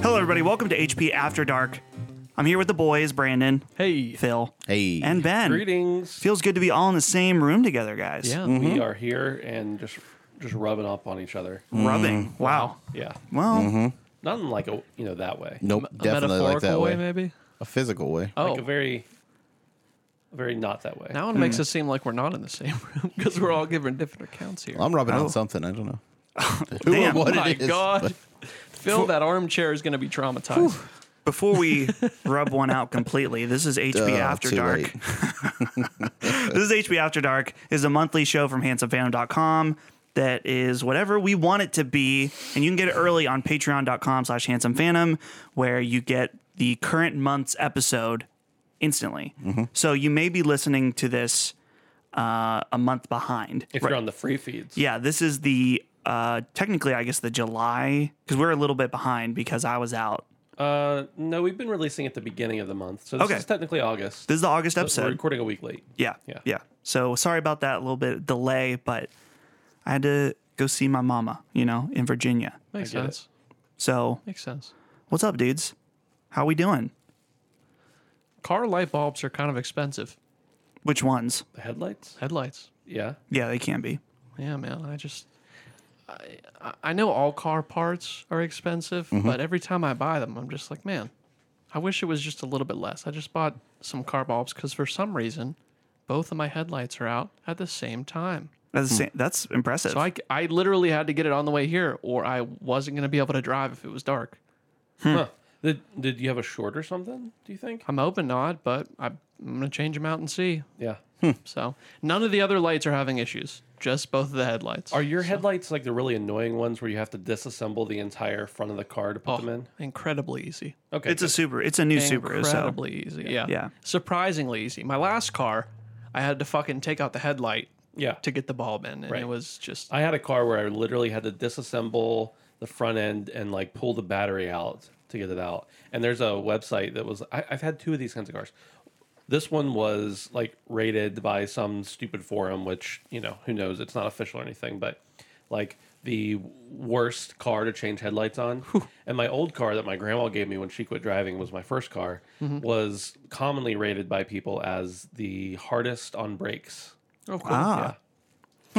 Hello, everybody. Welcome to HP After Dark. I'm here with the boys, Brandon, Hey. Phil, Hey. and Ben. Greetings. Feels good to be all in the same room together, guys. Yeah. Mm-hmm. We are here and just just rubbing up on each other. Rubbing. Wow. Mm. Yeah. Well, Not in like a you know that way. Nope, A definitely metaphorical like that way. maybe. A physical way. Oh, Like a very very not that way. now Hmm. it makes it seem like we're not in the same room because we're all giving different accounts here. I'm rubbing Oh. on something. I don't know. Who Damn. or what my it is. God, Phil, that armchair is going to be traumatized. before we rub one out completely, this is HP but, uh, After too Dark. late. This is HP After Dark is a monthly show from handsomephantom.com that is whatever we want it to be. And you can get it early on patreon.com slash handsomephantom where you get the current month's episode instantly. Mm-hmm. So you may be listening to this uh, a month behind. if Right. you're on the free feeds. Yeah, this is the uh, technically, I guess the July because we're a little bit behind because I was out. Uh no, we've been releasing at the beginning of the month. So this Okay. is technically August. This is the August We're episode. recording a week late. Yeah, Yeah. yeah. So sorry about that little bit of delay, but I had to go see my mama, you know, in Virginia. Makes I get it. sense. So Makes sense. what's up, dudes? How we doing? Car light bulbs are kind of expensive. Which ones? The headlights? Headlights. Yeah. Yeah, they can be. Yeah, man. I just, I, I- I know all car parts are expensive, Mm-hmm. but every time I buy them, I'm just like, man, I wish it was just a little bit less. I just bought some car bulbs because for some reason, both of my headlights are out at the same time. That's the same, that's impressive. Hmm. So I, c- I literally had to get it on the way here, or I wasn't going to be able to drive if it was dark. Hmm. Huh. Did, did you have a short or something, do you think? I'm hoping not, but I, I'm going to change them out and see. Yeah. Hmm. So none of the other lights are having issues, just both of the headlights. Are your headlights like the really annoying ones where you have to disassemble the entire front of the car to put them in? incredibly easy. Okay. Oh. it's a good. super. It's a new Subaru. So incredibly easy. Yeah. Yeah. Surprisingly easy. My last car, I had to fucking take out the headlight yeah. to get the bulb in, and Right. it was just I had a car where I literally had to disassemble the front end and like pull the battery out to get it out. And there's a website that was I, I've had two of these kinds of cars. This one was like rated by some stupid forum, which you know who knows. It's not official or anything, but like the worst car to change headlights on. and my old car that my grandma gave me when she quit driving was my first car was commonly rated by people as the hardest on brakes. oh, cool. ah,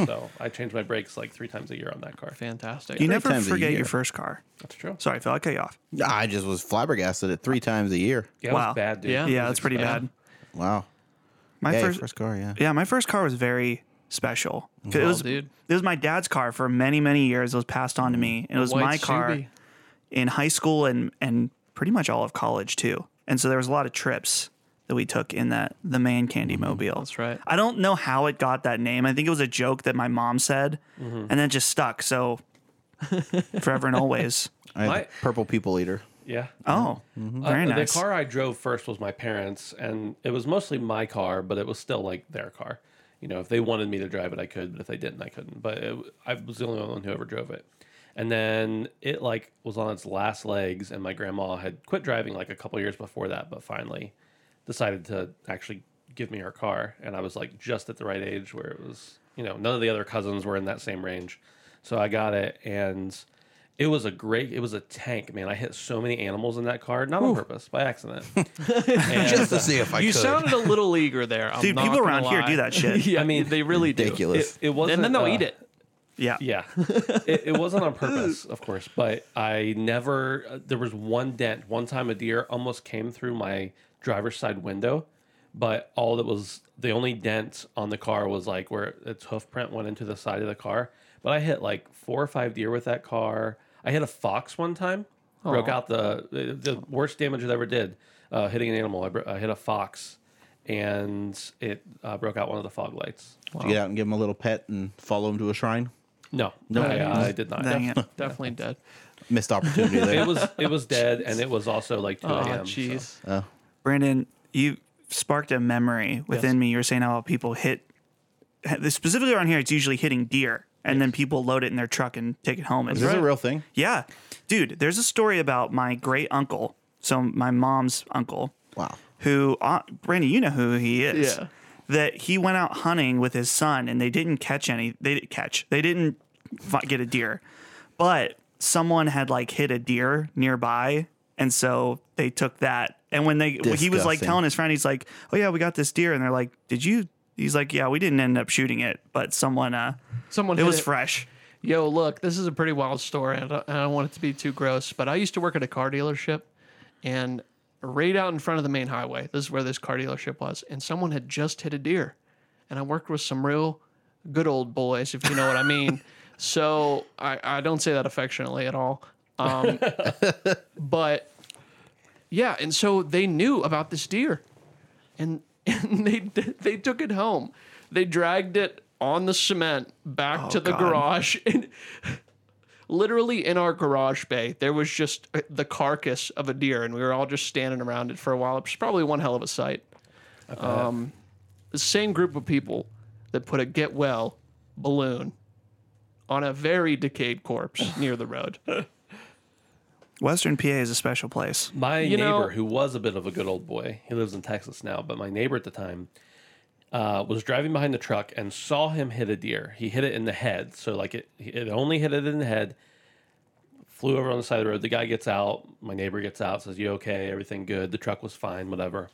So I change my brakes like three times a year on that car. fantastic. you Three never times a forget year. your first car. That's true. Sorry, Phil. I cut you off. I just was flabbergasted at three times a year. Yeah, it Wow. was bad, dude. Yeah. It Yeah, was that's pretty expensive. bad. Wow. My Yeah, your first, first car, yeah. yeah, my first car was very special. 'Cause it Wow, was, dude. Hmm. it was my dad's car for many, many years. It was passed on to me. And it was White my car. Subi. in high school and and pretty much all of college too. And so there was a lot of trips that we took in that the man candy mobile. That's right. I don't know how it got that name. I think it was a joke that my mom said, and then it just stuck. So forever and always. I had the My- purple people eater. Yeah. Oh, very Uh, nice. The car I drove first was my parents, and it was mostly my car, but it was still like their car. You know, if they wanted me to drive it, I could, but if they didn't, I couldn't. But it, I was the only one who ever drove it. And then it like was on its last legs, and my grandma had quit driving like a couple years before that, but finally decided to actually give me her car, and I was like just at the right age where it was, you know, none of the other cousins were in that same range, so I got it, and it was a great, it was a tank, man. I hit so many animals in that car, not on purpose, by accident. And, uh, see if I you sounded a little eager there. I'm Dude, not people gonna around here lie. do that shit. yeah, I mean, they really do. ridiculous. it, it wasn't, And then they'll uh, eat it. Yeah. Yeah, it, it wasn't on purpose, of course, but I never. Uh, there was one dent. One time, a deer almost came through my driver's side window, but all that was the only dent on the car was like where its hoof print went into the side of the car. But I hit like four or five deer with that car. I hit a fox one time. Broke out the the the worst damage it ever did. Uh, hitting an animal. I, bro- I hit a fox, and it uh, broke out one of the fog lights. Did you get out and give him a little pet and follow him to a shrine? No, no, I, uh, I did not. Dang it. Definitely dead. Missed opportunity there. it was it was dead and it was also like 2 Oh, a.m. so- jeez. Brandon, you sparked a memory within me. You were saying how people hit specifically around here it's usually hitting deer and then people load it in their truck and take it home. Is And this a real thing? Yeah. Dude, there's a story about my great uncle. So my mom's uncle, Wow. who, uh, Brandon, you know who he is. Yeah. That he went out hunting with his son and they didn't catch any. They didn't catch. They didn't fi- get a deer. But someone had like hit a deer nearby And so they took that. And when they he was like Disgusting. telling his friend, he's like, "Oh yeah, we got this deer." And they're like, "Did you?" He's like, "Yeah, we didn't end up shooting it, but someone uh, Someone it hit was fresh." yo, look, this is a pretty wild story. and I don't, I don't want it to be too gross, but I used to work at a car dealership and right out in front of the main highway, this is where this car dealership was, and someone had just hit a deer. And I worked with some real good old boys, if you know what I mean. So I, I don't say that affectionately at all. Um, but yeah, and so they knew about this deer and, and they they took it home. They dragged it on the cement back Oh, to the God. garage and literally in our garage bay there was just uh, the carcass of a deer and we were all just standing around it for a while. It was probably one hell of a sight. Um the same group of people that put a get well balloon on a very decayed corpse near the road. Western PA is a special place. My You neighbor, know- who was a bit of a good old boy, he lives in Texas now, but my neighbor at the time uh, was driving behind the truck and saw him hit a deer. He hit it in the head, so like it, it only hit it in the head. Flew over on the side of the road. The guy gets out. My neighbor gets out. Says, "You okay? Everything good? The truck was fine. Whatever."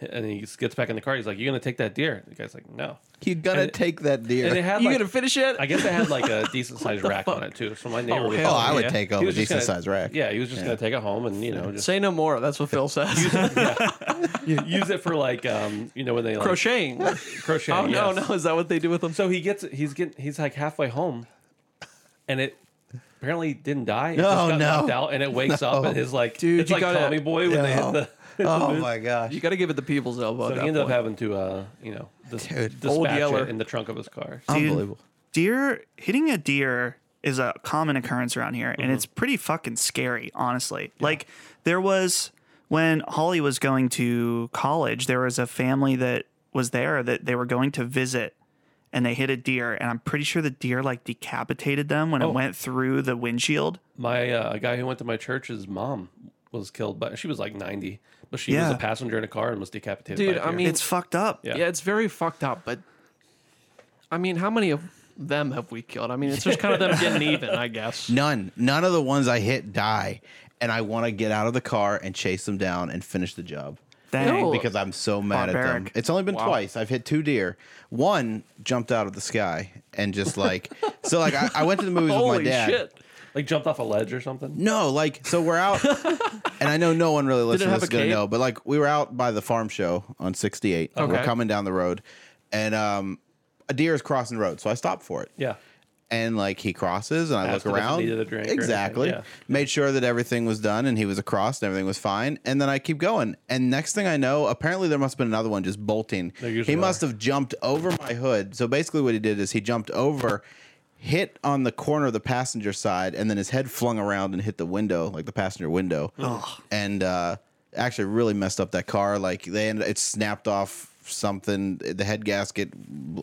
And he gets back in the car. He's like, "You gonna take that deer?" The guy's like, "No." You gotta And- take that And it deer. had you like, gonna finish it? I guess it had like a decent sized rack on it too. So my neighbor, was- hell Oh, I would yeah. take He over was just decent gonna- sized rack. Yeah, he was just gonna take it home and you know just Say no more. That's what Phil says. use it for like um you know when they like Crocheting. crochet. Oh no, yes. no! Is that what they do with them? So he gets he's getting he's like halfway home, and it apparently didn't die. It No, just got no. knocked out, and it wakes up and is like Dude, It's you like gotta- Tommy Boy when they hit No. the. Oh my gosh. You got to give it the people's elbow. So at he that ended up point. having to uh you know dis- Dude, dispatch Old Yeller. it in the trunk of his car. Dude, Unbelievable. Deer hitting a deer is a common occurrence around here, and it's pretty fucking scary, honestly. Like there was when Holly was going to college, there was a family that was there that they were going to visit, and they hit a deer, and I'm pretty sure the deer like decapitated them when it went through the windshield. My uh, a guy who went to my church's mom was killed by she was like 90 but she was Yeah. a passenger in a car and was decapitated Dude, by a I deer. mean- It's fucked up. Yeah. Yeah. it's very fucked up. But I mean, how many of them have we killed? I mean, it's just kind of them getting even, I guess. None. None of the ones I hit die. And I want to get out of the car and chase them down and finish the job. Dang. No. because I'm so mad at them. Barbaric. It's only been Wow. twice. I've hit two deer. One jumped out of the sky and just like so like I, I went to the movies with my Holy dad. shit! like jumped off a ledge or something No, like so we're out, and I know no one really it listening to have this is a gonna cape? know, but like we were out by the farm show on 68. We're Okay. coming down the road, and um, a deer is crossing the road, so I stopped for it yeah and like he crosses and I Asked look him if he around. needed a drink or anything, exactly. yeah. Made sure that everything was done and he was across and everything was fine. And then I keep going. And next thing I know, apparently there must have been another one just bolting. There usually He must have jumped over my hood. So basically what he did is he jumped over Hit on the corner of the passenger side, and then his head flung around and hit the window, like the passenger window, and uh, actually really messed up that car. Like they ended, it snapped off something, the head gasket.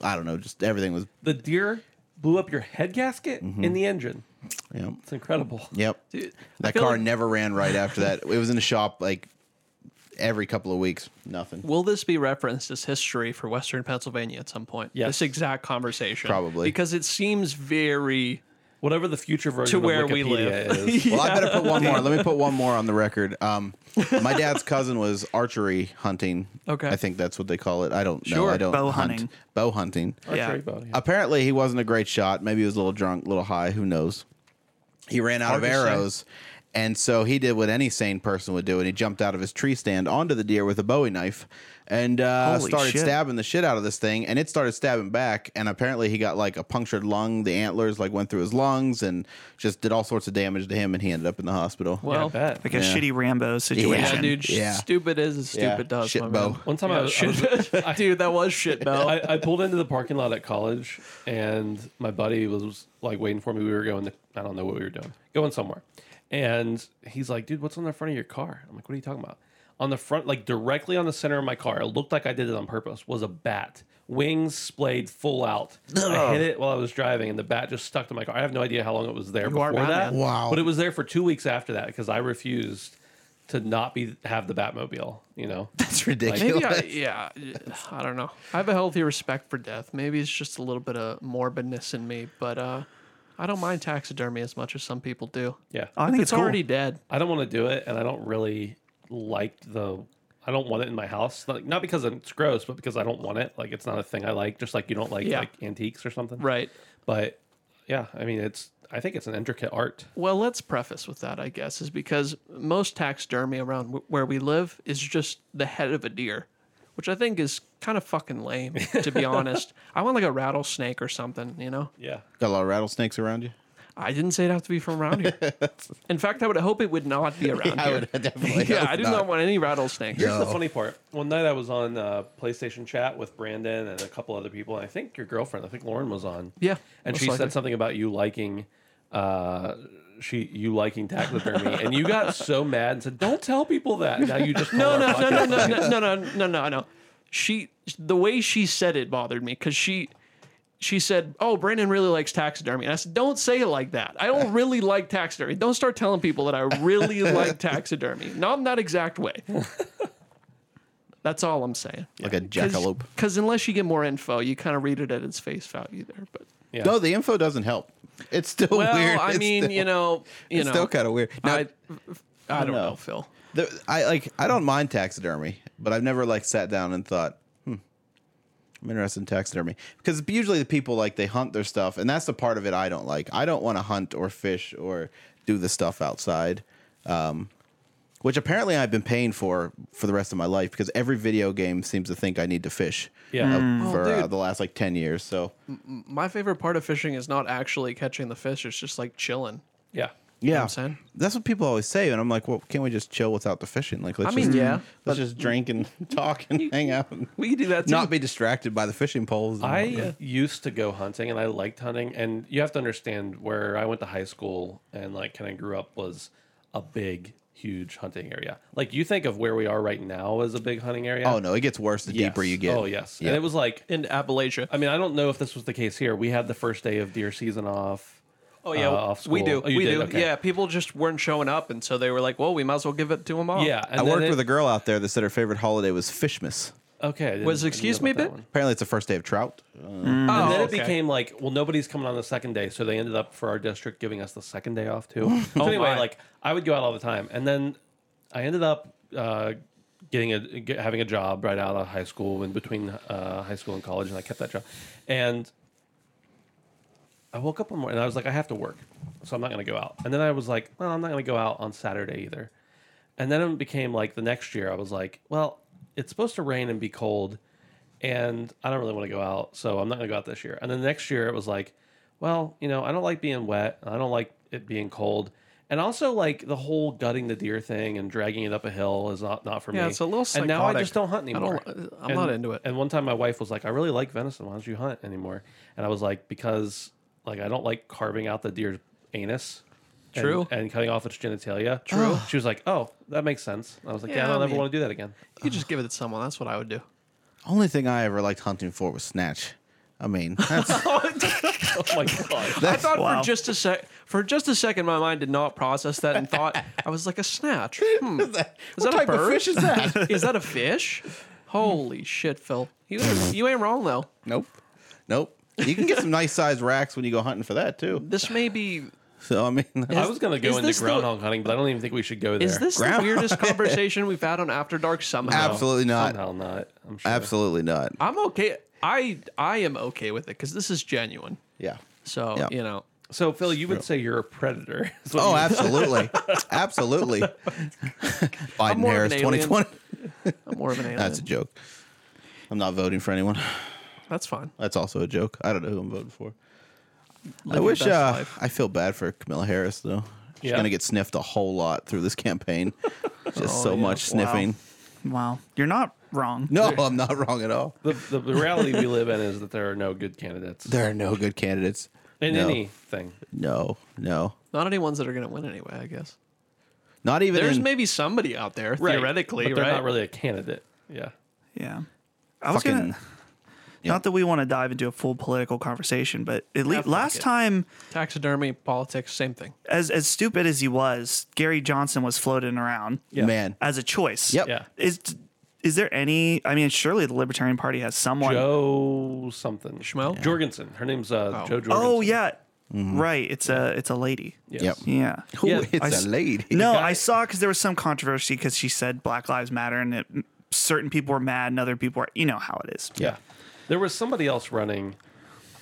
I don't know, just everything was. the deer blew up your head gasket Mm-hmm. in the engine You know, it's incredible Yep. that feel car like- never ran right after that. It was in the shop like every couple of weeks. Nothing. Will this be referenced as history for Western Pennsylvania at some point? Yes. This exact conversation, Probably. because it seems very whatever the future version to of where Wikipedia we live. is. Well, I better put one more. Let me put one more on the record. Um, my dad's cousin was archery hunting. Okay. I think that's what they call it. I don't know. Sure. I don't Bow hunt. hunting. Bow hunting. Yeah. Archery bow, yeah. Apparently, he wasn't a great shot. Maybe he was a little drunk, a little high. Who knows? He ran out of Hard to say. arrows. And so he did what any sane person would do, and he jumped out of his tree stand onto the deer with a Bowie knife, and uh, Holy started shit. stabbing the shit out of this thing. And it started stabbing back, and apparently he got like a punctured lung. The antlers like went through his lungs, and just did all sorts of damage to him. And he ended up in the hospital. Yeah, I well. bet. Like a shitty Rambo situation. Yeah, dude. sh- Yeah. Stupid is as stupid Yeah. does. Shit my bow. man. One time Yeah, I was, I, shit. was- dude, that was shit, Bo. I, I pulled into the parking lot at college, and my buddy was like waiting for me. We were going to I don't know what we were doing, going somewhere, and he's like, "Dude, what's on the front of your car?" I'm like, "What are you talking about?" On the front, like directly on the center of my car, it looked like I did it on purpose. Was a bat, wings splayed full out. I hit it while I was driving, and the bat just stuck to my car. I have no idea how long it was there are before that. Batman. Wow. But it was there for two weeks after that because I refused to not be have the Batmobile. You know. That's ridiculous. Maybe I, yeah, I don't know. I have a healthy respect for death. Maybe it's just a little bit of morbidness in me, but uh, I don't mind taxidermy as much as some people do. Yeah. Oh, I think it's, it's cool. already dead. I don't want to do it, and I don't really like the. I don't want it in my house. Like, not because it's gross, but because I don't want it. Like it's not a thing I like. Just like you don't like Yeah. like antiques or something. Right. But yeah, I mean, it's. I think it's an intricate art. Well, let's preface with that, I guess, is because most taxidermy around w- where we live is just the head of a deer, which I think is kind of fucking lame, to be honest. I want like a rattlesnake or something, you know? Yeah. Got a lot of rattlesnakes around you. I didn't say it'd have to be from around here. In fact, I would hope it would not be around I here. would definitely. yeah, hope I do not, want any rattlesnakes. Here's the Oh. funny part. One night I was on uh, PlayStation chat with Brandon and a couple other people, and I think your girlfriend, I think Lauren, was on. Yeah, and most she likely. said something about you liking, uh, she you liking taxidermy, and you got so mad and said, "Don't tell people that." Now you just No, call our no, no, no, podcast no, no, no, no, no, no. She, the way she said it bothered me because she, she said, "Oh, Brandon really likes taxidermy," and I said, "Don't say it like that. I don't really like taxidermy. Don't start telling people that I really like taxidermy. Not in that exact way." That's all I'm saying. Like a jackalope. Because unless you get more info, you kind of read it at its face value there. But Yeah. No, the info doesn't help. It's still well, weird. I It's mean, still- you know, you it's know, still kind of weird. Now, I, I don't know. know, Phil. The, I like I don't mind taxidermy, but I've never like sat down and thought, hmm, I'm interested in taxidermy because usually the people like they hunt their stuff, and that's the part of it I don't like. I don't want to hunt or fish or do the stuff outside, um, which apparently I've been paying for for the rest of my life because every video game seems to think I need to fish. Yeah. uh, for uh, Oh, dude. the last like ten years, so My favorite part of fishing is not actually catching the fish; it's just like chilling. yeah. yeah, I'm saying? that's what people always say, and I'm like, well, can't we just chill without the fishing? Like, let's I mean, just, yeah, let's just drink and talk and hang out. We can do that too. not be distracted by the fishing poles. and I uh, whatnot. used to go hunting and I liked hunting. And you have to understand where I went to high school and like kind of grew up was a big, huge hunting area. Like you think of where we are right now as a big hunting area. oh no, it gets worse the deeper Yes. you get. Oh yes. Yeah. And it was like in Appalachia. I mean, I don't know if this was the case here. We had the first day of deer season off. Oh yeah, uh, off we do. school. Oh, you we did? do. Okay. Yeah, people just weren't showing up, and so they were like, "Well, we might as well give it to them all." Yeah. and Oh, I then worked it- with a girl out there that said her favorite holiday was Fishmas. Okay. I didn't- Was I didn't excuse know me about that bit? one. Apparently, it's the first day of trout. Uh, Oh, And then okay. it became like, well, nobody's coming on the second day, so they ended up for our district giving us the second day off too. so anyway, Oh, my. like I would go out all the time, and then I ended up uh, getting a get, having a job right out of high school, in between uh, high school and college, and I kept that job. And I woke up one morning and I was like, I have to work, so I'm not going to go out. And then I was like, well, I'm not going to go out on Saturday either. And then it became like the next year, I was like, well, it's supposed to rain and be cold, and I don't really want to go out, so I'm not going to go out this year. And then the next year, it was like, well, you know, I don't like being wet, and I don't like it being cold. And also, like the whole gutting the deer thing and dragging it up a hill is not, not for me. Yeah, it's a little And now I psychotic. just don't hunt I don't anymore. li- I'm And- not into it. And one time, my wife was like, "I really like venison. Why don't you hunt anymore?" And I was like, "Because like I don't like carving out the deer's anus." and- True. And, cutting off its genitalia. True. She was like, "Oh, that makes sense." I was like, "Yeah, Yeah, I I don't ever mean- want to do that again." you just give it to someone. That's what I would do. Only thing I ever liked hunting for was snatch. I mean, that's, Oh my god. I thought Wow. for just a sec, for just a second, my mind did not process that, and thought I was like a snatch. Hmm. Is that, what a type bird? of fish is that? Is that a fish? Holy shit, Phil! You you ain't wrong though. nope, nope. You can get some nice sized racks when you go hunting for that too. This may be So I mean, I was gonna is go into this the- groundhog hunting, but I don't even think we should go there. is this the Grandma- weirdest conversation we've had on After Dark somehow? absolutely not, Somehow not. I'm sure. absolutely not. I'm okay. I I am okay with it because this is genuine. Yeah. So Yeah. you know, So Phil, you would say you're a predator. is what Oh, you- absolutely, absolutely. Biden more of Harris, an twenty alien. twenty. I'm more of an alien. That's a joke. I'm not voting for anyone. That's fine. That's also a joke. I don't know who I'm voting for. Live I your wish. best Uh, life. I feel bad for Camilla Harris though. She's Yeah. gonna get sniffed a whole lot through this campaign. Just Oh, so yeah. much sniffing. Wow, you're not wrong. No, I'm not wrong at all. The, the, the reality we live in is that there are no good candidates There are no good candidates. in no, anything. No, no, Not any ones that are going to win anyway. I guess not even. there's in- maybe somebody out there Right. theoretically, but they're right? not really a candidate. Yeah. Yeah, I was Fucking- gonna. Not that we want to dive into a full political conversation, but at Yeah, least fuck last it. time, Taxidermy, politics, same thing. as as stupid as he was, Gary Johnson was floating around Yeah. man. as a choice. Yep. Yeah. Is is there any? I mean, surely the Libertarian Party has someone. Joe something. Schmo? Jorgensen. Her name's uh, Oh. Joe Jorgensen. oh yeah, Right. It's a it's a lady. Yes. Yep. Yeah. Who Yeah, hits I a s- lady? No, got I it. saw because there was some controversy because she said Black Lives Matter and it, certain people were mad and other people were, you know how it is. Yeah. There was somebody else running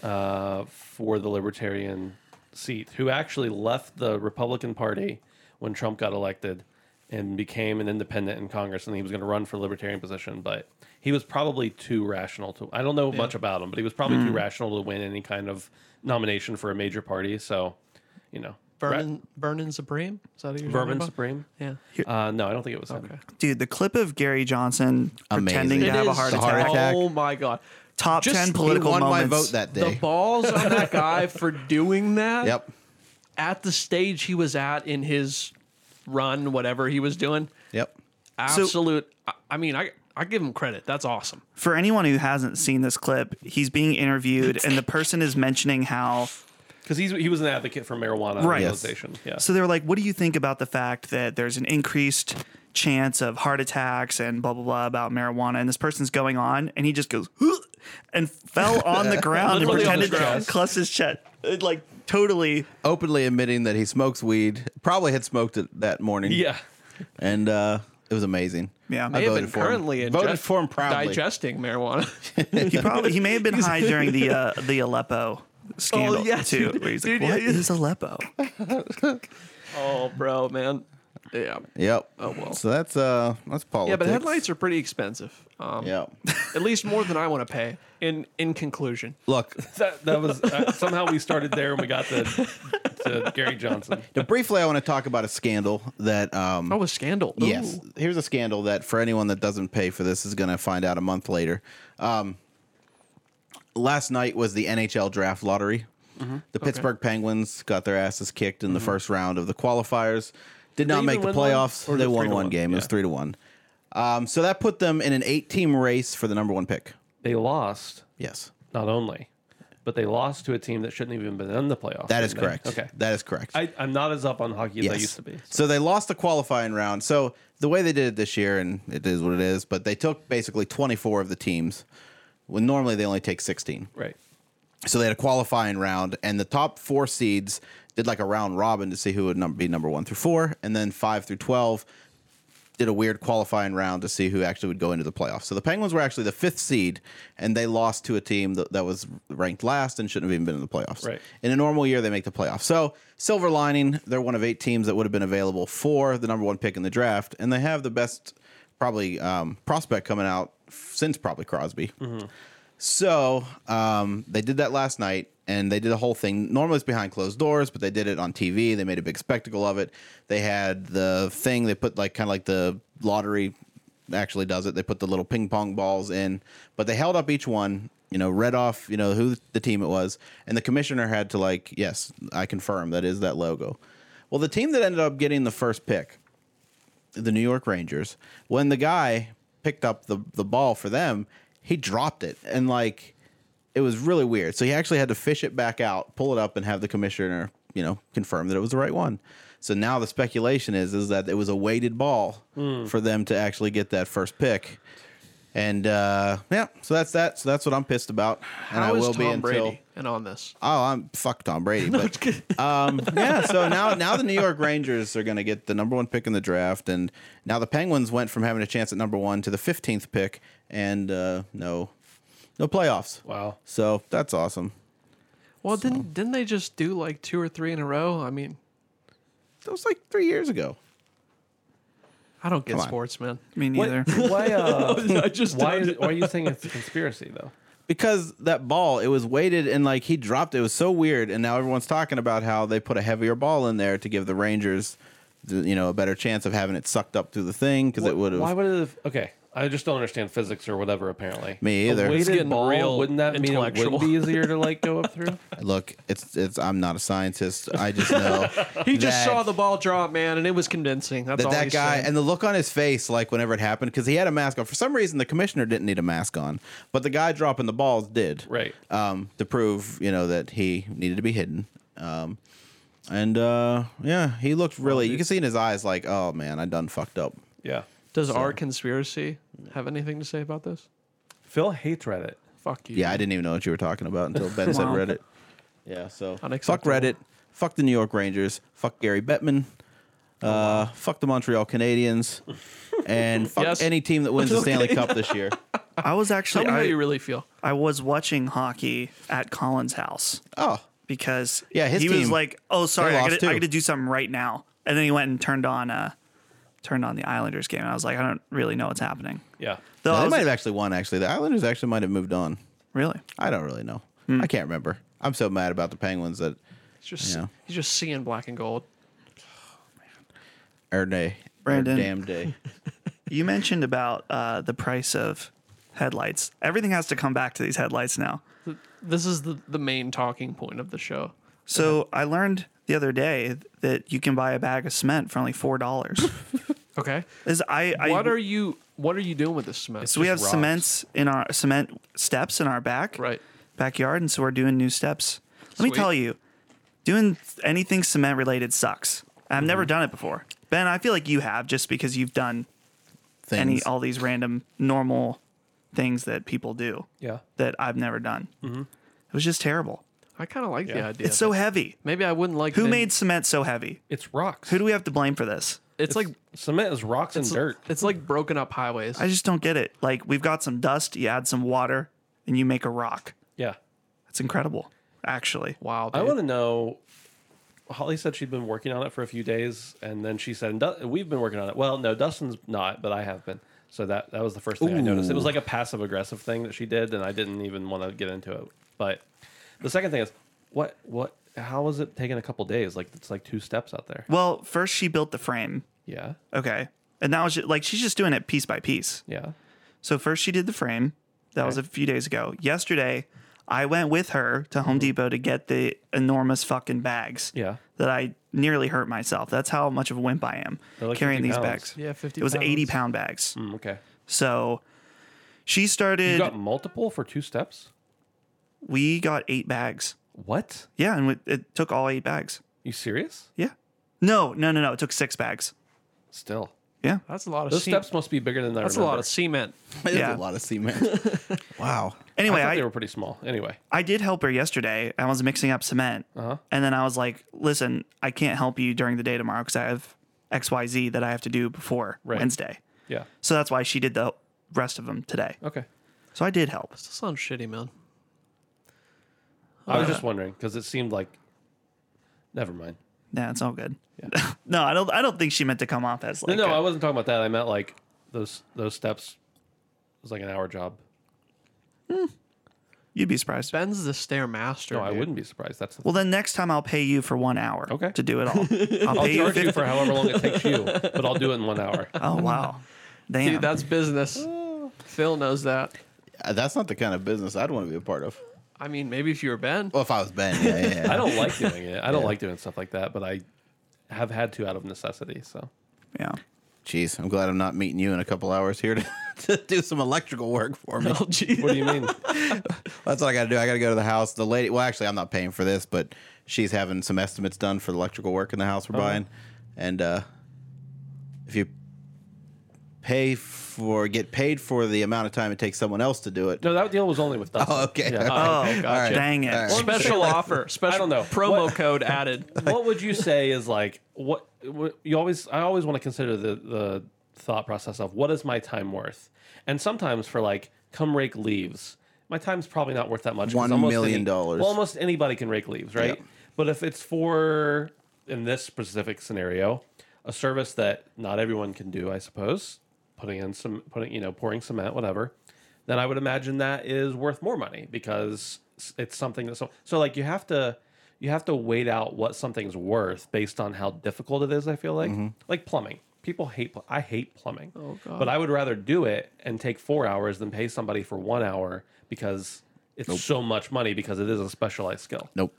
uh, for the Libertarian seat who actually left the Republican Party when Trump got elected and became an independent in Congress, and he was going to run for the Libertarian position, but he was probably too rational to. I don't know much about him, but he was probably too rational to win any kind of nomination for a major party. So, you know, Vernon Vernon Supreme? Is that who you're talking Vermin about? Supreme. Yeah. Uh, no, I don't think it was him. Okay. Dude, the clip of Gary Johnson pretending Amazing. to It have a is- heart The attack. attack. Oh my god. Top Just- ten he he political won my moments. vote that The day. balls on that guy for doing that. yep. At the stage he was at in his run, whatever he was doing. Yep. Absolute. I, I mean, I I give him credit. That's awesome. for anyone who hasn't seen this clip, he's being interviewed and the person is mentioning how Because he was an advocate for marijuana Right. Yes. legalization. Yeah. so they were like, What do you think about the fact that there's an increased chance of heart attacks and blah blah blah about marijuana and this person's going on and he just goes "Huh," and fell on the ground and Literally on the pretended to ground. clutch his chest. It, Like totally Openly admitting that he smokes weed. Probably had smoked it that morning. yeah. And uh, it was amazing. Yeah. I May They have voted been for currently him. ingest- Voted for him proudly. digesting marijuana. He probably he may have been high during the uh, the Aleppo scandal Oh, yeah, too. dude. where he's Dude, like, yeah, "What is yeah. Aleppo?" oh, bro, man. Yeah. Yep. Oh, well. So that's uh that's politics. Yeah, but headlights are pretty expensive. Um, Yep. At least more than I want to pay. In in conclusion, Look, That, that was uh, somehow we started there and we got to, to Gary Johnson. now, briefly, I want to talk about a scandal that um oh, a scandal. Ooh. Yes. Here's a scandal that for anyone that doesn't pay for this is going to find out a month later. Um, last night was the NHL draft lottery. Mm-hmm. The Pittsburgh Penguins got their asses kicked in the first round of the qualifiers. Did not they make the even win one? playoffs. Or They just won three to one one? game. It was Yeah. three to one. Um, so that put them in an eight-team race for the number one pick. They lost Yes, not only, but they lost to a team that shouldn't even been in the playoffs. that is didn't they? correct. Okay. that is correct. I, I'm not as up on hockey as I Yes. used to be. So they lost the qualifying round. So the way they did it this year, and it is what it is, but they took basically 24 of the teams when normally they only take 16. Right. So they had a qualifying round, and the top four seeds did like a round robin to see who would num- be number one through four, and then five through 12 did a weird qualifying round to see who actually would go into the playoffs. So the Penguins were actually the fifth seed, and they lost to a team that, that was ranked last and shouldn't have even been in the playoffs. Right. In a normal year, they make the playoffs. So silver lining, they're one of eight teams that would have been available for the number one pick in the draft, and they have the best probably um, prospect coming out since probably Crosby. So um, they did that last night, and they did a whole thing. Normally it's behind closed doors, but they did it on TV. They made a big spectacle of it. They had the thing they put like kind of like the lottery actually does it. They put the little ping pong balls in, but they held up each one. You know, read off you know who the team it was, and the commissioner had to like, yes, I confirm that is that logo. Well, the team that ended up getting the first pick the New York Rangers. When the guy picked up the the ball for them, he dropped it and like it was really weird. So he actually had to fish it back out, pull it up and have the commissioner, you know, confirm that it was the right one. So now the speculation is is that it was a weighted ball for them to actually get that first pick. And uh yeah, so that's that. So that's what I'm pissed about and How I is will Tom be until Brady and on this? Oh, I'm fuck Tom Brady. But, um, yeah, so now now the New York Rangers are going to get the number one pick in the draft, and now the Penguins went from having a chance at number one to the fifteenth pick, and uh, no, no playoffs. Wow. So that's awesome. Well, didn't didn't they just do like two or three in a row? I mean, That was like three years ago. I don't get Come on. sports, man. Me neither. Why? Uh, I just why, is, why are you saying it's a conspiracy though? Because that ball, it was weighted and like he dropped it. It was so weird, and now everyone's talking about how they put a heavier ball in there to give the Rangers, the, you know, a better chance of having it sucked up through the thing because it would Why have. would it? Have, okay, I just don't understand physics or whatever. Apparently, Me either. A It's weighted getting ball. real wouldn't that mean it intellectual. would be easier to like go up through? Look, it's it's. I'm not a scientist. I just know. He just that- saw the ball drop, man, and it was convincing. That's that all that he's guy saying. and the look on his face like whenever it happened because he had a mask on for some reason the commissioner didn't need a mask on but the guy dropping the balls did Right. um, to prove you know that he needed to be hidden um, and uh, yeah he looked really you can see in his eyes like oh man I done fucked up Yeah. Does our conspiracy have anything to say about this? Phil hates Reddit. Fuck you. yeah I didn't even know what you were talking about until Ben said Wow. Reddit Yeah, so fuck Unacceptable. Reddit, fuck the New York Rangers, fuck Gary Bettman, Oh, uh, fuck the Montreal Canadiens, and fuck Yes. any team that wins the Stanley Cup this year. I was Tell actually me how I, you really feel. I was watching hockey at Colin's house Oh, because Yeah, his he was team- like, "Oh, sorry, I lost got to I too. got to do something right now," and then he went and turned on uh turned on the Islanders game, and I was like, "I don't really know what's happening." Yeah. Though no, I they was- might have actually won. Actually, the Islanders actually might have moved on. really, I don't really know. Hmm. I can't remember. I'm so mad about the Penguins that He's just Yeah. he's just seeing black and gold. er day, Brandon. damn day. you mentioned about uh, the price of headlights. Everything has to come back to these headlights now. This is the, the main talking point of the show. So I learned the other day that you can buy a bag of cement for only four dollars. Okay. Is I, I what are you what are you doing with this cement? so we have rocks. cements in our cement steps in our back Right. backyard, and so we're doing new steps. Let me Sweet. tell you, doing anything cement related sucks. I've never done it before, Ben. I feel like you have just because you've done Things. any all these random normal things that people do Yeah. that I've never done. It was just terrible. I kind of like the Yeah. idea. It's so heavy. maybe I wouldn't like Who the- made cement so heavy? It's rocks. Who do we have to blame for this? It's like cement is rocks and it's, dirt. it's like broken up highways. I just don't get it. Like we've got some dust, you add some water, and you make a rock. Yeah. It's incredible, actually. wow. I dude. want to know. Holly said she'd been working on it for a few days, and then she said, "Du- "We've been working on it." Well, no, Dustin's not, but I have been. So that that was the first thing I noticed. It was like a passive aggressive thing that she did, and I didn't even want to get into it. But the second thing is, what what? How was it taking a couple days? Like it's like two steps out there. Well, first she built the frame, Yeah, okay, and that was just, like she's just doing it piece by piece. yeah. So first she did the frame. That was a few days ago. Yesterday, I went with her to Home Depot to get the enormous fucking bags. Mm-hmm. Yeah. That I nearly hurt myself. That's how much of a wimp I am They're like carrying 50 these pounds. bags. Yeah, 50 It was pounds. eighty pound bags. Mm, okay. So she You started. got multiple for two steps. we got eight bags. What? Yeah, and we, it took all eight bags. You serious? Yeah. No, no, no, no. It took six bags. Still, Yeah. That's a lot of those ce- steps must be bigger than that. That's a lot of cement. There's Yeah. a lot of cement. wow. Anyway, I, they were pretty small. Anyway, I did help her yesterday. I was mixing up cement. Uh-huh. And then I was like, listen, I can't help you during the day tomorrow because I have XYZ that I have to do before Right. Wednesday. yeah. So that's why she did the rest of them today. Okay. So I did help. Still sounds shitty, man. I was just wondering because it seemed like. Never mind. Yeah, it's all good. no, I don't I don't think she meant to come off as No, like no, a- I wasn't talking about that. I meant like those those steps. was like an hour job. you'd be surprised. Ben's the stair master. No, I dude. wouldn't be surprised. That's the Well then next time I'll pay you for one hour Okay. to do it all. I'll I'll pay you charge you fifty for however long it takes you, but I'll do it in one hour. Oh wow. Damn. Dude, that's business. Phil knows that. Uh, That's not the kind of business I'd want to be a part of. I mean, maybe if you were Ben. Well, if I was Ben, yeah, yeah, yeah. I don't like doing it. I don't like doing stuff like that, but I have had to out of necessity. So yeah. Jeez, I'm glad I'm not meeting you in a couple hours here to, to do some electrical work for Oh, me. what do you mean? That's what I got to do. I got to go to the house. The lady, well, actually, I'm not paying for this, but she's having some estimates done for the electrical work in the house Oh. we're buying. And uh, if you pay for, get paid for the amount of time it takes someone else to do it. No, that deal was only with Dustin. Oh, okay. Yeah. Oh, Gotcha. dang it. All right. Special offer. Special I don't know. promo code added. what would you say is like what, what you always I always want to consider the the thought process of what is my time worth, and sometimes for like come rake leaves, my time's probably not worth that much. 'cause One almost million any- dollars. Well, almost anybody can rake leaves, right? Yeah. But if it's for in this specific scenario, a service that not everyone can do, I suppose, putting in some putting you know pouring cement, whatever, then I would imagine that is worth more money because s- it's something that so so like you have to you have to wait out what something's worth based on how difficult it is. I feel like Mm-hmm. like plumbing. People hate. Pl- I hate plumbing, oh, God. but I would rather do it and take four hours than pay somebody for one hour because it's so much money because it is a specialized skill. Nope.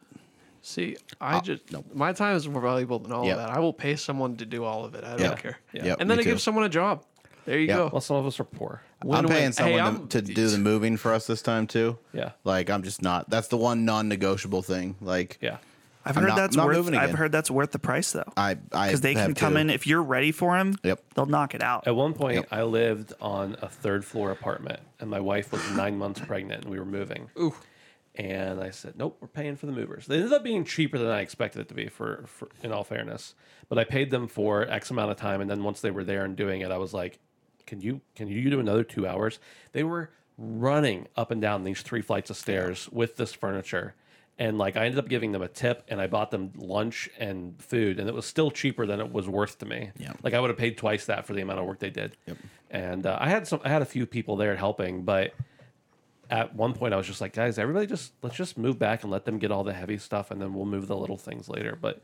See, I Uh, just my time is more valuable than all of Yep. that. I will pay someone to do all of it. I don't Yeah. care. Yeah. Yep, and then me it too. gives someone a job. There you Yeah. go. Well, some of us are poor. I'm Win-win. paying Hey, someone to- I'm- to, do the moving for us this time too. Yeah. Like I'm just not. That's the one non-negotiable thing. Like Yeah, I've I'm heard not- that's not worth. moving I've again. heard that's worth the price though, I, I because they can have come to- in if you're ready for them. Yep. they'll knock it out. At one point, Yep. I lived on a third floor apartment, and my wife was nine months pregnant, and we were moving. Ooh. And I said, nope, we're paying for the movers. They ended up being cheaper than I expected it to be, for, for in all fairness. But I paid them for X amount of time, and then once they were there and doing it, I was like, can you can you do another two hours? They were running up and down these three flights of stairs with this furniture, and like I ended up giving them a tip, and I bought them lunch and food, and it was still cheaper than it was worth to me. Yeah. like I would have paid twice that for the amount of work they did. Yep. And uh, I had some, I had a few people there helping, but at one point I was just like, guys, everybody just let's just move back and let them get all the heavy stuff and then we'll move the little things later. But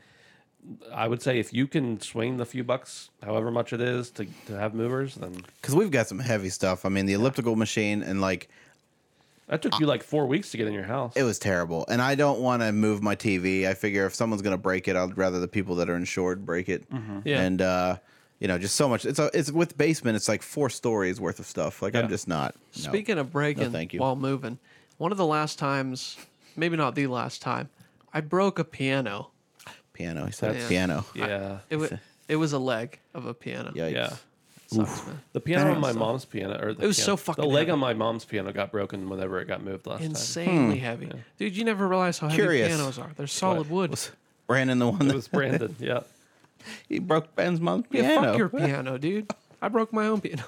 I would say if you can swing the few bucks, however much it is, to, to have movers, then Because we've got some heavy stuff. I mean, the elliptical machine and like that took you like four weeks to get in your house. it was terrible. And I don't want to move my TV. I figure if someone's going to break it, I'd rather the people that are insured break it. Yeah. And uh, you know, just so much. It's a, it's with basement. It's like four stories worth of stuff. Like Yeah. I'm just not. no. Speaking of breaking thank you. while moving, one of the last times, maybe not the last time, I broke a piano. piano, he said That's- piano. yeah. It was it was a leg of a piano. Yikes. yeah. Sucks, man. The piano on my so- mom's piano, or the It was piano- so fucking The leg heavy. on my mom's piano got broken whenever it got moved last time. Insanely Hmm. heavy, dude. You never realize how heavy Curious. pianos are. They're solid wood. Brandon, the one It that was Brandon. yeah, he broke Ben's mom's Yeah, piano. fuck your piano, dude. I broke my own piano.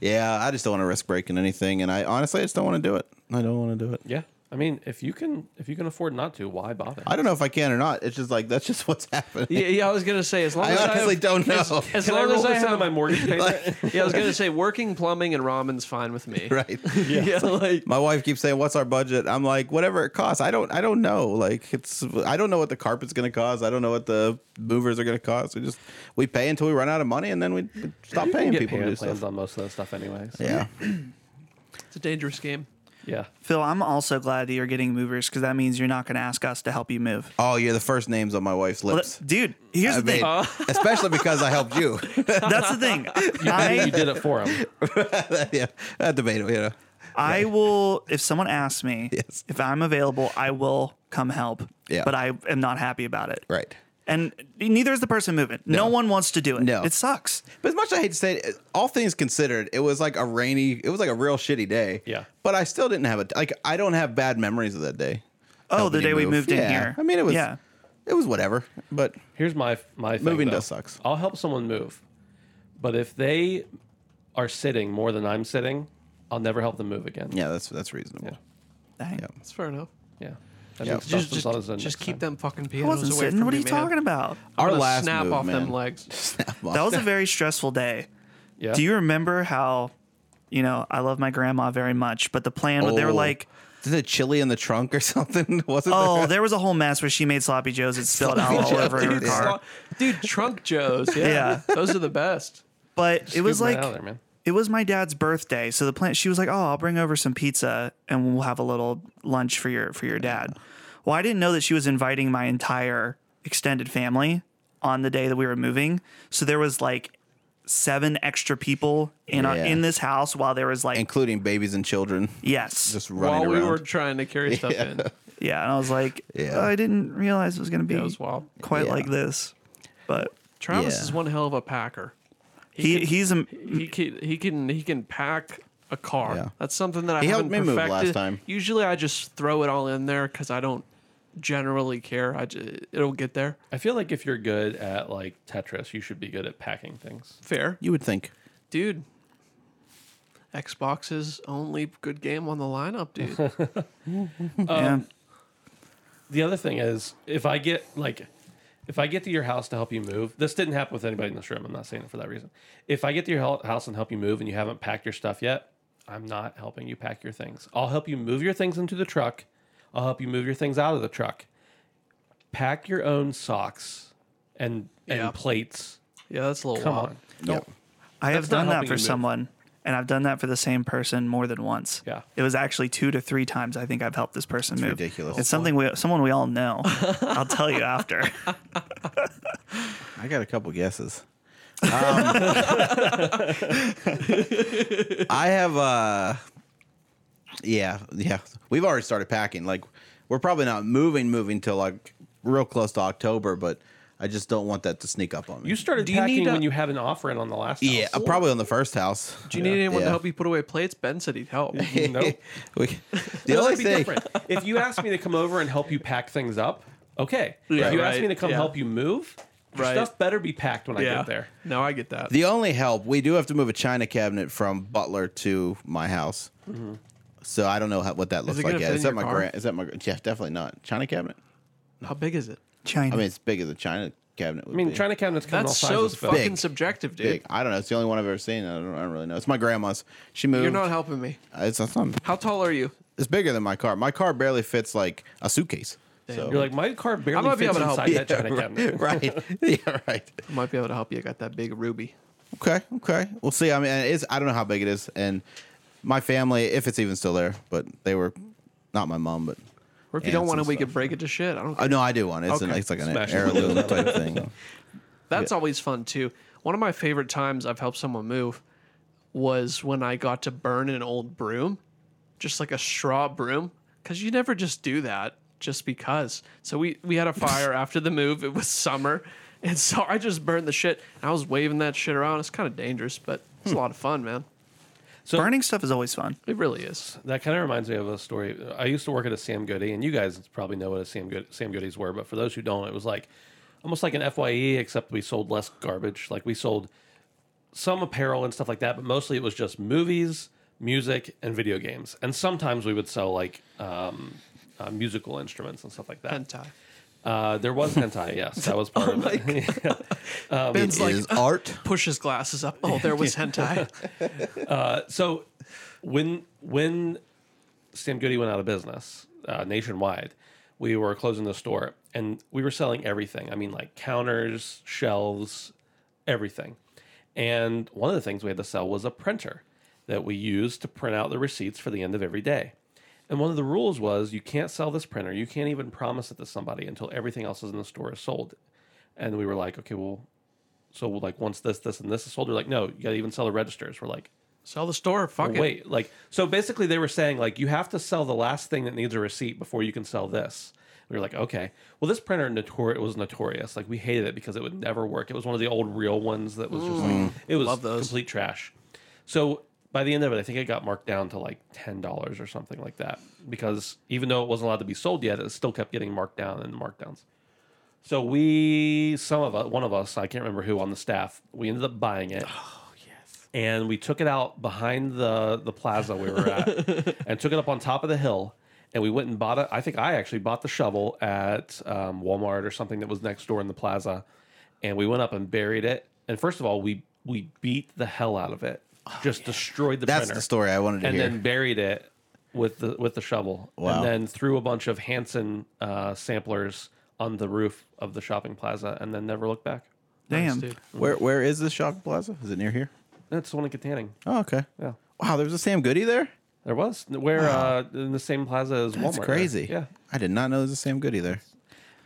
yeah, I just don't want to risk breaking anything, and I honestly I just don't want to do it. I don't want to do it. yeah. I mean, if you can, if you can afford not to, why bother? I don't know if I can or not. It's just like that's just what's happening. Yeah, yeah, I was gonna say as long I as honestly have- don't as- know. As can I long roll as I this into have my mortgage payment? Yeah, I was gonna say working plumbing and ramen's fine with me. right. Yeah, like My wife keeps saying, "What's our budget?" I'm like, "Whatever it costs." I don't, I don't know. Like, it's, I don't know what the carpet's going to cost. I don't know what the movers are going to cost. We just, we pay until we run out of money, and then we we stop paying get people to do payment stuff. plans on most of that stuff, anyways. Yeah, it's a dangerous game. yeah. Phil, I'm also glad that you're getting movers because that means you're not going to ask us to help you move. Oh, you're the first names on my wife's Well, lips. that- dude, here's I the thing. mean, especially because I helped you. That's the thing. I mean, I, you did it for him. yeah, that debate. You know, I will, if someone asks me Yes. if I'm available, I will come help. Yeah. But I am not happy about it. right. And neither is the person moving. No, one wants to do it. No. It sucks. But as much as I hate to say it, all things considered, it was like a rainy. It was like a real shitty day. Yeah. But I still didn't have a like. I don't have bad memories of that day. Oh, the Helping you day we move. moved in Yeah. here. I mean, it was. Yeah. It was whatever. But Here's my my thing, Moving though. does sucks. I'll help someone move, but if they are sitting more than I'm sitting, I'll never help them move again. yeah, that's that's reasonable. Dang. Yeah. That's fair enough. yeah. That Yeah. makes Just, substance just, on his own just next keep time. them fucking I pianos wasn't away sitting. from What are me, you talking man. about? I'm Our gonna last snap move, off them man. legs. Snap off. That was a very stressful day. Yeah. Do you remember how, you know, I love my grandma very much, but the plan, they were Oh. like, Is it chili in the trunk or something? Wasn't oh, there? there was a whole mess where she made sloppy joes and spilled out all over her Dude, car. stop- dude, trunk Joes. Yeah, Yeah. those are the best. But it Scoop was that like, out of there, man. it was my dad's birthday, so the plan. She was like, "Oh, I'll bring over some pizza and we'll have a little lunch for your for your dad." Well, I didn't know that she was inviting my entire extended family on the day that we were moving. So there was like seven extra people in our, Yeah. in this house while there was like Including babies and children yes, just running While we around. were trying to carry stuff in, yeah, and I was like, Yeah. "Oh, I didn't realize it was gonna be it was wild. quite Yeah. like this, but Travis Yeah. is one hell of a packer. he he's a he can he can he can pack a car. Mm. Yeah. That's something that I He helped haven't me move perfected. last time. Usually I just throw it all in there because I don't generally care. I ju- it'll get there. I feel like if you're good at like Tetris, you should be good at packing things. Fair, you would think. dude. Xbox's only good game on the lineup, dude. yeah. The other thing is, if I get like, if I get to your house to help you move, this didn't happen with anybody in this room. I'm not saying it for that reason. If I get to your hel- house and help you move, and you haven't packed your stuff yet, I'm not helping you pack your things. I'll help you move your things into the truck. I'll help you move your things out of the truck. Pack your own socks and and Yeah. plates. yeah, that's a little Come wild. on, Yep. I have That's not done that helping for you move. someone, and I've done that for the same person more than once. Yeah. it was actually two to three times. I think I've helped this person move. ridiculous. It's something we, someone we all know. I'll tell you after. I got a couple guesses. Um, I have uh yeah, yeah. We've already started packing. Like we're probably not moving moving till like real close to October, but I just don't want that to sneak up on me. You started Do you packing need a- when you had an offering on the last. yeah, Oh. house. probably on the first house. Do you need anyone Yeah. to help you put away plates? Ben said he'd help. Nope. We- the Well, only that'd be thing, different. If you ask me to come over and help you pack things up, okay. Yeah, if you ask right, me to come yeah. help you move, your Right. stuff better be packed when I yeah. get there. No, I get that. the only help we do have to move a china cabinet from Butler to my house. So I don't know how, what that looks Mm-hmm. it like gonna yet. fit in Is that your my car? grand? Is that my? Yeah, definitely not china cabinet. How big is it? China. I mean, it's big as a china cabinet. Would I mean, be. China cabinets come in all That's so sizes. but fucking subjective, dude. Big. I don't know. It's the only one I've ever seen. I don't, I don't really know. It's my grandma's. She moved. You're not helping me. It's, it's not- How tall are you? it's bigger than my car. My car barely fits like a suitcase. So You're like my car I barely might fits be able to help inside you. that China cabinet. right. yeah. Right. I might be able to help you. I got that big ruby. Okay. Okay. We'll see. I mean, it's I don't know how big it is, and my family, if it's even still there, but they were not my mom, but Or if you don't Ants want it, and we stuff. could break it to shit. I don't. oh no, I do one. It's an, Okay. it's like an Smash it. heirloom type thing. That's always fun too. One of my favorite times I've helped someone move was when I got to burn an old broom, just like a straw broom, because you never just do that just because. So we we had a fire after the move. It was summer, and so I just burned the shit. I was waving that shit around. It's kind of dangerous, but it's Hmm. a lot of fun, man. So Burning stuff is always fun. It really is. that kind of reminds me of a story. I used to work at a Sam Goody, and you guys probably know what a Sam Good Sam Goody's were, but for those who don't, it was like almost like an Fye, except we sold less garbage. Like we sold some apparel and stuff like that, but mostly it was just movies, music, and video games. And sometimes we would sell like um, uh, musical instruments and stuff like that. Hentai. Uh, there was hentai, yes, that was part of it. Ben's It like uh, is art. push his glasses up. Oh, there was hentai. so when when Sam Goody went out of business uh, nationwide, we were closing the store and we were selling everything. I mean, like counters, shelves, everything. And one of the things we had to sell was a printer that we used to print out the receipts for the end of every day. And one of the rules was you can't sell this printer. You can't even promise it to somebody until everything else is in the store is sold. And we were like, okay, well, so like once this, this, and this is sold, they're like, no, you got to even sell the registers. We're like, Sell the store. Fuck it. Oh, wait like so basically they were saying like you have to sell the last thing that needs a receipt before you can sell this we were like okay well this printer notor- was notorious like we hated it because it would never work it was one of the old real ones that was just like it was Mm. Love those. complete trash so by the end of it i think it got marked down to like $10 or something like that because even though it wasn't allowed to be sold yet it still kept getting marked down and markdowns so we, some of us, one of us, I can't remember who on the staff, we ended up buying it. Oh yes. And we took it out behind the the plaza we were at, and took it up on top of the hill. And we went and bought it. I think I actually bought the shovel at um, Walmart or something that was next door in the plaza. And we went up and buried it. And first of all, we we beat the hell out of it, just destroyed the That's printer the story I wanted to and hear. then buried it with the with the shovel. Wow. And then threw a bunch of Hanson uh, samplers on the roof of the shopping plaza, and then never looked back. Damn. dude. where where is this shopping plaza? Is it near here? That's the one in Katanning. Oh, okay. Yeah, Wow, there was a Sam Goody there. there was where uh, in the same plaza as Walmart. That's there. crazy. Yeah, I did not know there was a Sam Goody there.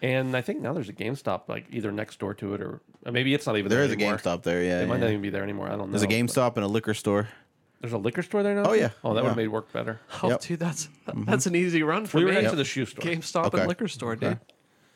and I think now there's a GameStop like either next door to it, or, or maybe it's not even There there is a anymore. GameStop there. Yeah. It might yeah. not even be there anymore. I don't know. There's a but- GameStop and a liquor store. There's a liquor store there now. Oh, yeah. Oh, that would Yeah. have made work better. Oh, Yep. dude, that's that's an easy run for Mm-hmm. We were me. next to the shoe store. GameStop Okay. and liquor store, dude.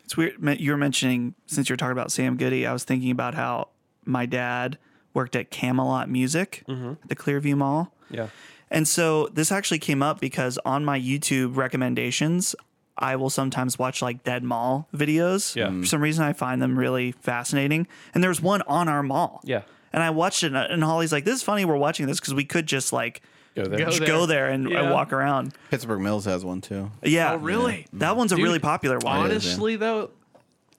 It's weird. me- You were mentioning since you're talking about Sam Goody, I was thinking about how my dad worked at Camelot Music, Mm-hmm. at the Clearview Mall, Yeah. and so this actually came up because on my YouTube recommendations, I will sometimes watch like dead mall videos. Mm. Yeah. For some reason, I find them really fascinating. And there's one on our mall. Yeah. And I watched it, and- and Holly's like, "This is funny. We're watching this because we could just like." Go there. Go just there. go there and, and Yeah. walk around. Pittsburgh Mills has one too. Yeah. Oh, really? That one's a Dude, really popular one. Honestly, though,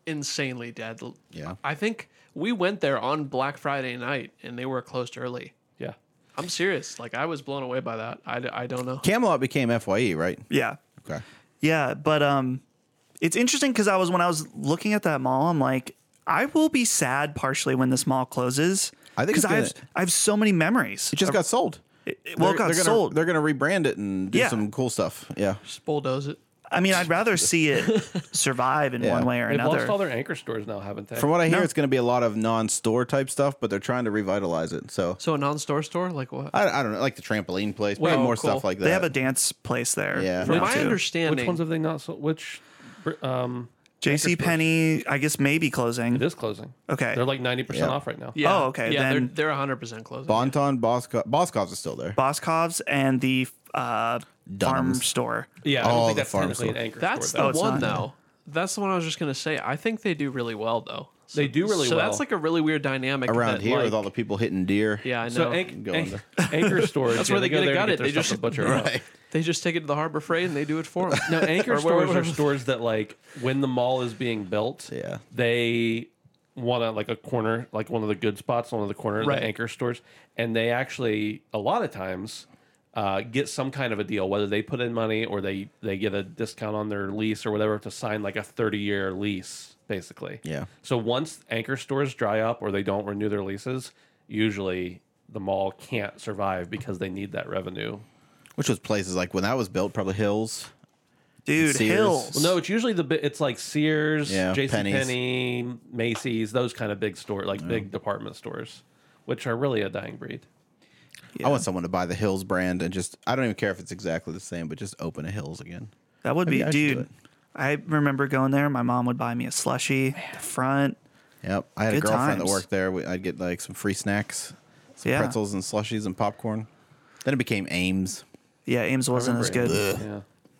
insanely dead. Yeah. I think we went there on Black Friday night and they were closed early. Yeah. I'm serious. Like, I was blown away by that. I, d- I don't know. Camelot became Fye, right? Yeah. Okay. Yeah, but um it's interesting because I was when I was looking at that mall, I'm like, I will be sad partially when this mall closes. I think because it's I have gonna- I have so many memories. It just got sold. well, it They're- got they're gonna, sold. They're going to rebrand it and do Yeah. some cool stuff. Yeah. Just bulldoze it. I mean, I'd rather see it survive in Yeah. one way or They've another. lost all their anchor stores now, haven't they? From what I hear, No. it's going to be a lot of non-store type stuff, but they're trying to revitalize it. So So, a non store store? Like, what? I, I don't know, like the trampoline place, Well, probably more cool. stuff like that. they have a dance place there. Yeah. now, From my too. understanding, Which ones have they not sold? Which um, JC Penney, I guess maybe closing. It is closing. Okay. They're like 90% Yeah. off right now. Yeah. Oh, okay, Yeah, then- they're they're 100 percent closing. Bonton, Bosko- Boskov's is still there. Boscov's and the uh, farm Dunham's. store. Yeah, I don't All think the that's farm technically an store. anchor That's store. the Oh, it's one not, yeah. though. That's the one I was just gonna say. I think they do really well though. So, They do really so well. that's like a really weird dynamic Around that, here like- with all the people hitting deer. Yeah, I know. So Go anchor, on anchor, anchor stores. That's yeah, where they go could there have and got get it. their They stuff just- at butcher. Right. They just take it to the harbor freight and they do it for them. No, anchor Or stores wherever- are stores that like when the mall is being built, Yeah. they want to like a corner, like one of the good spots, one of the corner of Right. the anchor stores, and they actually a lot of times uh, get some kind of a deal, whether they put in money or they they get a discount on their lease or whatever to sign like a thirty year lease, basically. Yeah. So once anchor stores dry up or they don't renew their leases, usually the mall can't survive because they need that revenue Which was places like when that was built, probably Hills. Dude, Sears. Hills. Well, no, it's usually the bi- it's like Sears, Yeah, J.C. Penney's. Penney, Macy's, those kind of big store, like big department stores, which are really a dying breed. I want someone to buy the Hills brand and just, I don't even care if it's exactly the same, but just open a Hills again. That would Maybe be, I should do dude. it. I remember going there. My mom would buy me a slushie, the front. Yep. I had a Good girlfriend that times. worked there. We, I'd get like some free snacks, some Yeah. pretzels and slushies and popcorn. Then it became Ames. Yeah, Ames wasn't as good. Remember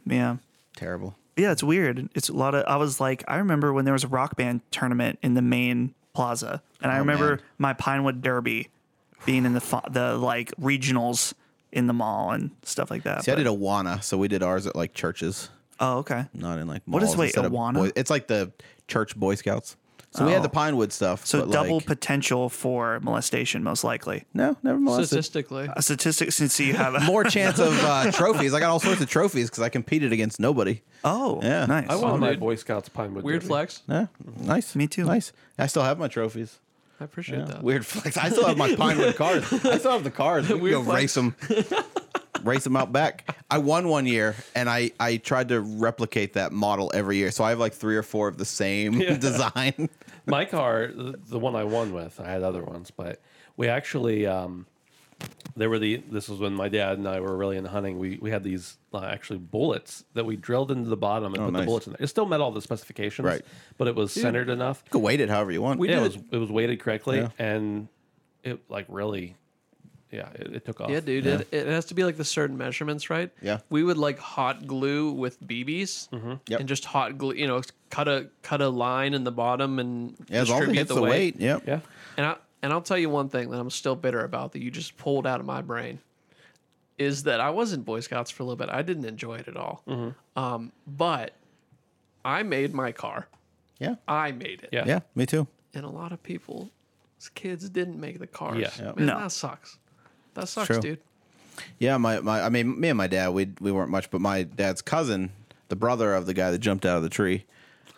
it. Yeah. Yeah. Terrible. Yeah, it's weird. It's a lot of. I was like, I remember when there was a rock band tournament in the main plaza, and I remember Oh, man. my Pinewood Derby being in the fa- the like regionals in the mall and stuff like that. See, I but- did Awana, so we did ours at like churches, oh, okay. not in like What is- malls wait, instead of Awana? boy- it's like the church Boy Scouts. So we Oh. had the Pinewood stuff. So but, double like- potential for molestation, most likely. no, never molested. Statistically, A statistic since you have a More chance of uh, trophies. I got all sorts of trophies because I competed against nobody. oh Yeah. nice. I won my dude. Boy Scouts Pinewood. weird Derby. flex. Yeah, nice. Me too. Nice. I still have my trophies. I appreciate that. Weird flex. I still have my Pinewood cars. I still have the cars. We can Weird go flex. race them. race them out back. I won one year, and I I tried to replicate that model every year. So I have like three or four of the same design. my car, the the one I won with, I had other ones, but we actually, um, there were the, this was when my dad and I were really into hunting. We, we had these uh, actually bullets that we drilled into the bottom and put Oh, nice. the bullets in there. It still met all the specifications, Right. but it was centered enough. You can weight it however you want. We yeah, it did. was it was weighted correctly, Yeah. and it like really, yeah, it, it took off. Yeah, dude, It, it has to be like the certain measurements, right? Yeah. Mm-hmm. We would like hot glue with BBs Yep. and just hot glue, you know, cut a cut a line in the bottom and Yeah, as long as it distribute hits the, the weight. weight. Yep. yeah. And I and I'll tell you one thing that I'm still bitter about that you just pulled out of my brain is that I was in Boy Scouts for a little bit. I didn't enjoy it at all. Mm-hmm. Um, but I made my car. Yeah. I made it. Yeah. Yeah. Me too. And a lot of people's kids didn't make the cars. Yeah. Yeah. Man, No. that sucks. That sucks, True. dude. Yeah. My my. I mean, me and my dad. We we weren't much, but my dad's cousin, the brother of the guy that jumped out of the tree.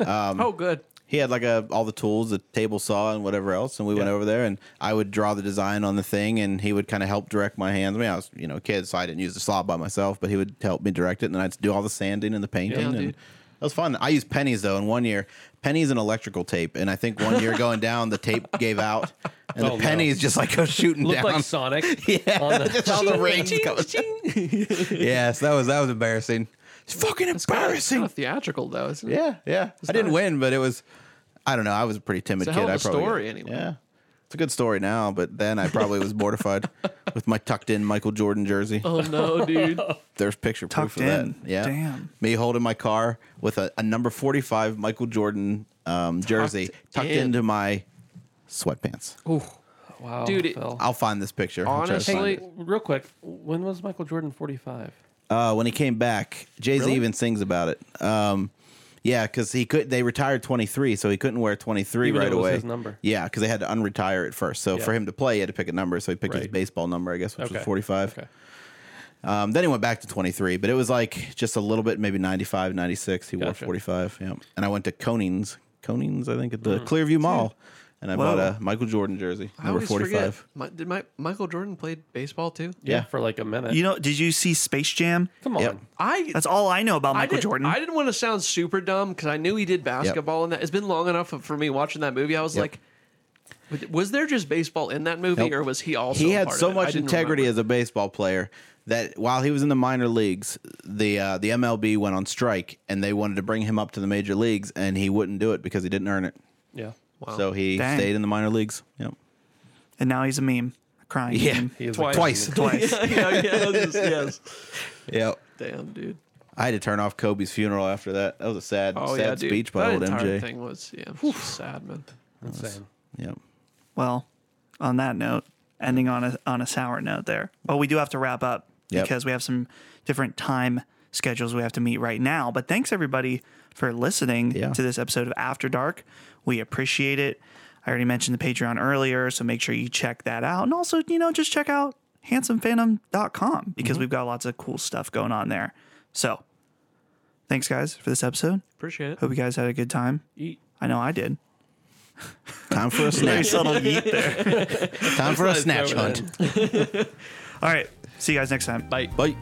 oh, good. he had like a all the tools, the table saw and whatever else, and we went over there and I would draw the design on the thing and he would kind of help direct my hands. I mean, I was you know a kid, so I didn't use the saw by myself, but he would help me direct it and I'd do all the sanding and the painting Yeah, and dude. that was fun. I used pennies though, and one year pennies and electrical tape, and I think one year going down the tape gave out and Oh, the no. pennies just like go shooting Looked down. like Sonic. yeah, on the- just all the rings going. yes, that was that was embarrassing. It's fucking It's kind embarrassing. of theatrical though, isn't it? Yeah, yeah. I didn't nice. win, but it was. I don't know. I was a pretty timid It's a kid. hell of I a probably story anyway. Yeah, it's a good story now, but then I probably was mortified with my tucked in Michael Jordan jersey. Oh no, dude. There's picture proof Tucked of that. in. Yeah, Damn. Me holding my car with a, a number forty five Michael Jordan um, jersey tucked in. into my sweatpants. Ooh. Wow, Dude, it- Phil. I'll find this picture. I'll try to find Honestly- it. real quick, when was Michael Jordan forty-five? uh, when he came back, Jay Z Really? even sings about it. Um, yeah, because he could. They retired twenty three, so he couldn't wear twenty three Even though right it was away. his number. Yeah, because they had to unretire it first. So Yeah. for him to play, he had to pick a number. So he picked his Right. baseball number, I guess, which Okay. was forty five. Okay, Um, then he went back to twenty three, but it was like just a little bit, maybe 95, 96. He wore Gotcha. forty five. Yeah, and I went to Conings, Conings, I think, at Mm. the Clearview Mall, and I bought Whoa. a Michael Jordan jersey, I number always forty five. forget. Mi- did my, Michael Jordan played baseball too? Yeah. for like a minute. You know, did you see Space Jam? Come on, Yep. I That's all I know about I Michael didn't, Jordan. I didn't want to sound super dumb because I knew he did basketball in that. It's been long enough for me watching that movie. I was Yep. like, "Was- was there just baseball in that movie, Nope. or was he also? he a had part so of it? I much didn't integrity remember. as a baseball player that while he was in the minor leagues, the uh, the MLB went on strike and they wanted to bring him up to the major leagues, and he wouldn't do it because he didn't earn it. Yeah. So he Dang. stayed in the minor leagues. Yep. Mm-hmm. and now he's a meme, a crying. meme. He is Twice. Twice. Twice. yeah, yeah, that was just- yes. Yep. Damn, dude. I had to turn off Kobe's funeral after that. That was a sad, Oh sad yeah, dude. speech by that old entire MJ. thing was yeah, it was just sad man. Like, insane. Yep. Well, on that note, ending on a on a sour note there. But we do have to wrap up Yep. because we have some different time schedules we have to meet right now. But thanks everybody for listening Yeah. to this episode of After Dark. We appreciate it. I already mentioned the Patreon earlier, so make sure you check that out. And also, you know, just check out handsomephantom.com because Mm-hmm. we've got lots of cool stuff going on there. So, thanks guys for this episode. Appreciate it. Hope you guys had a good time. Eat. I know I did. Time for Very a snatch. subtle yeet there. Time for a snatch hunt. All right. See you guys next time. Bye. Bye.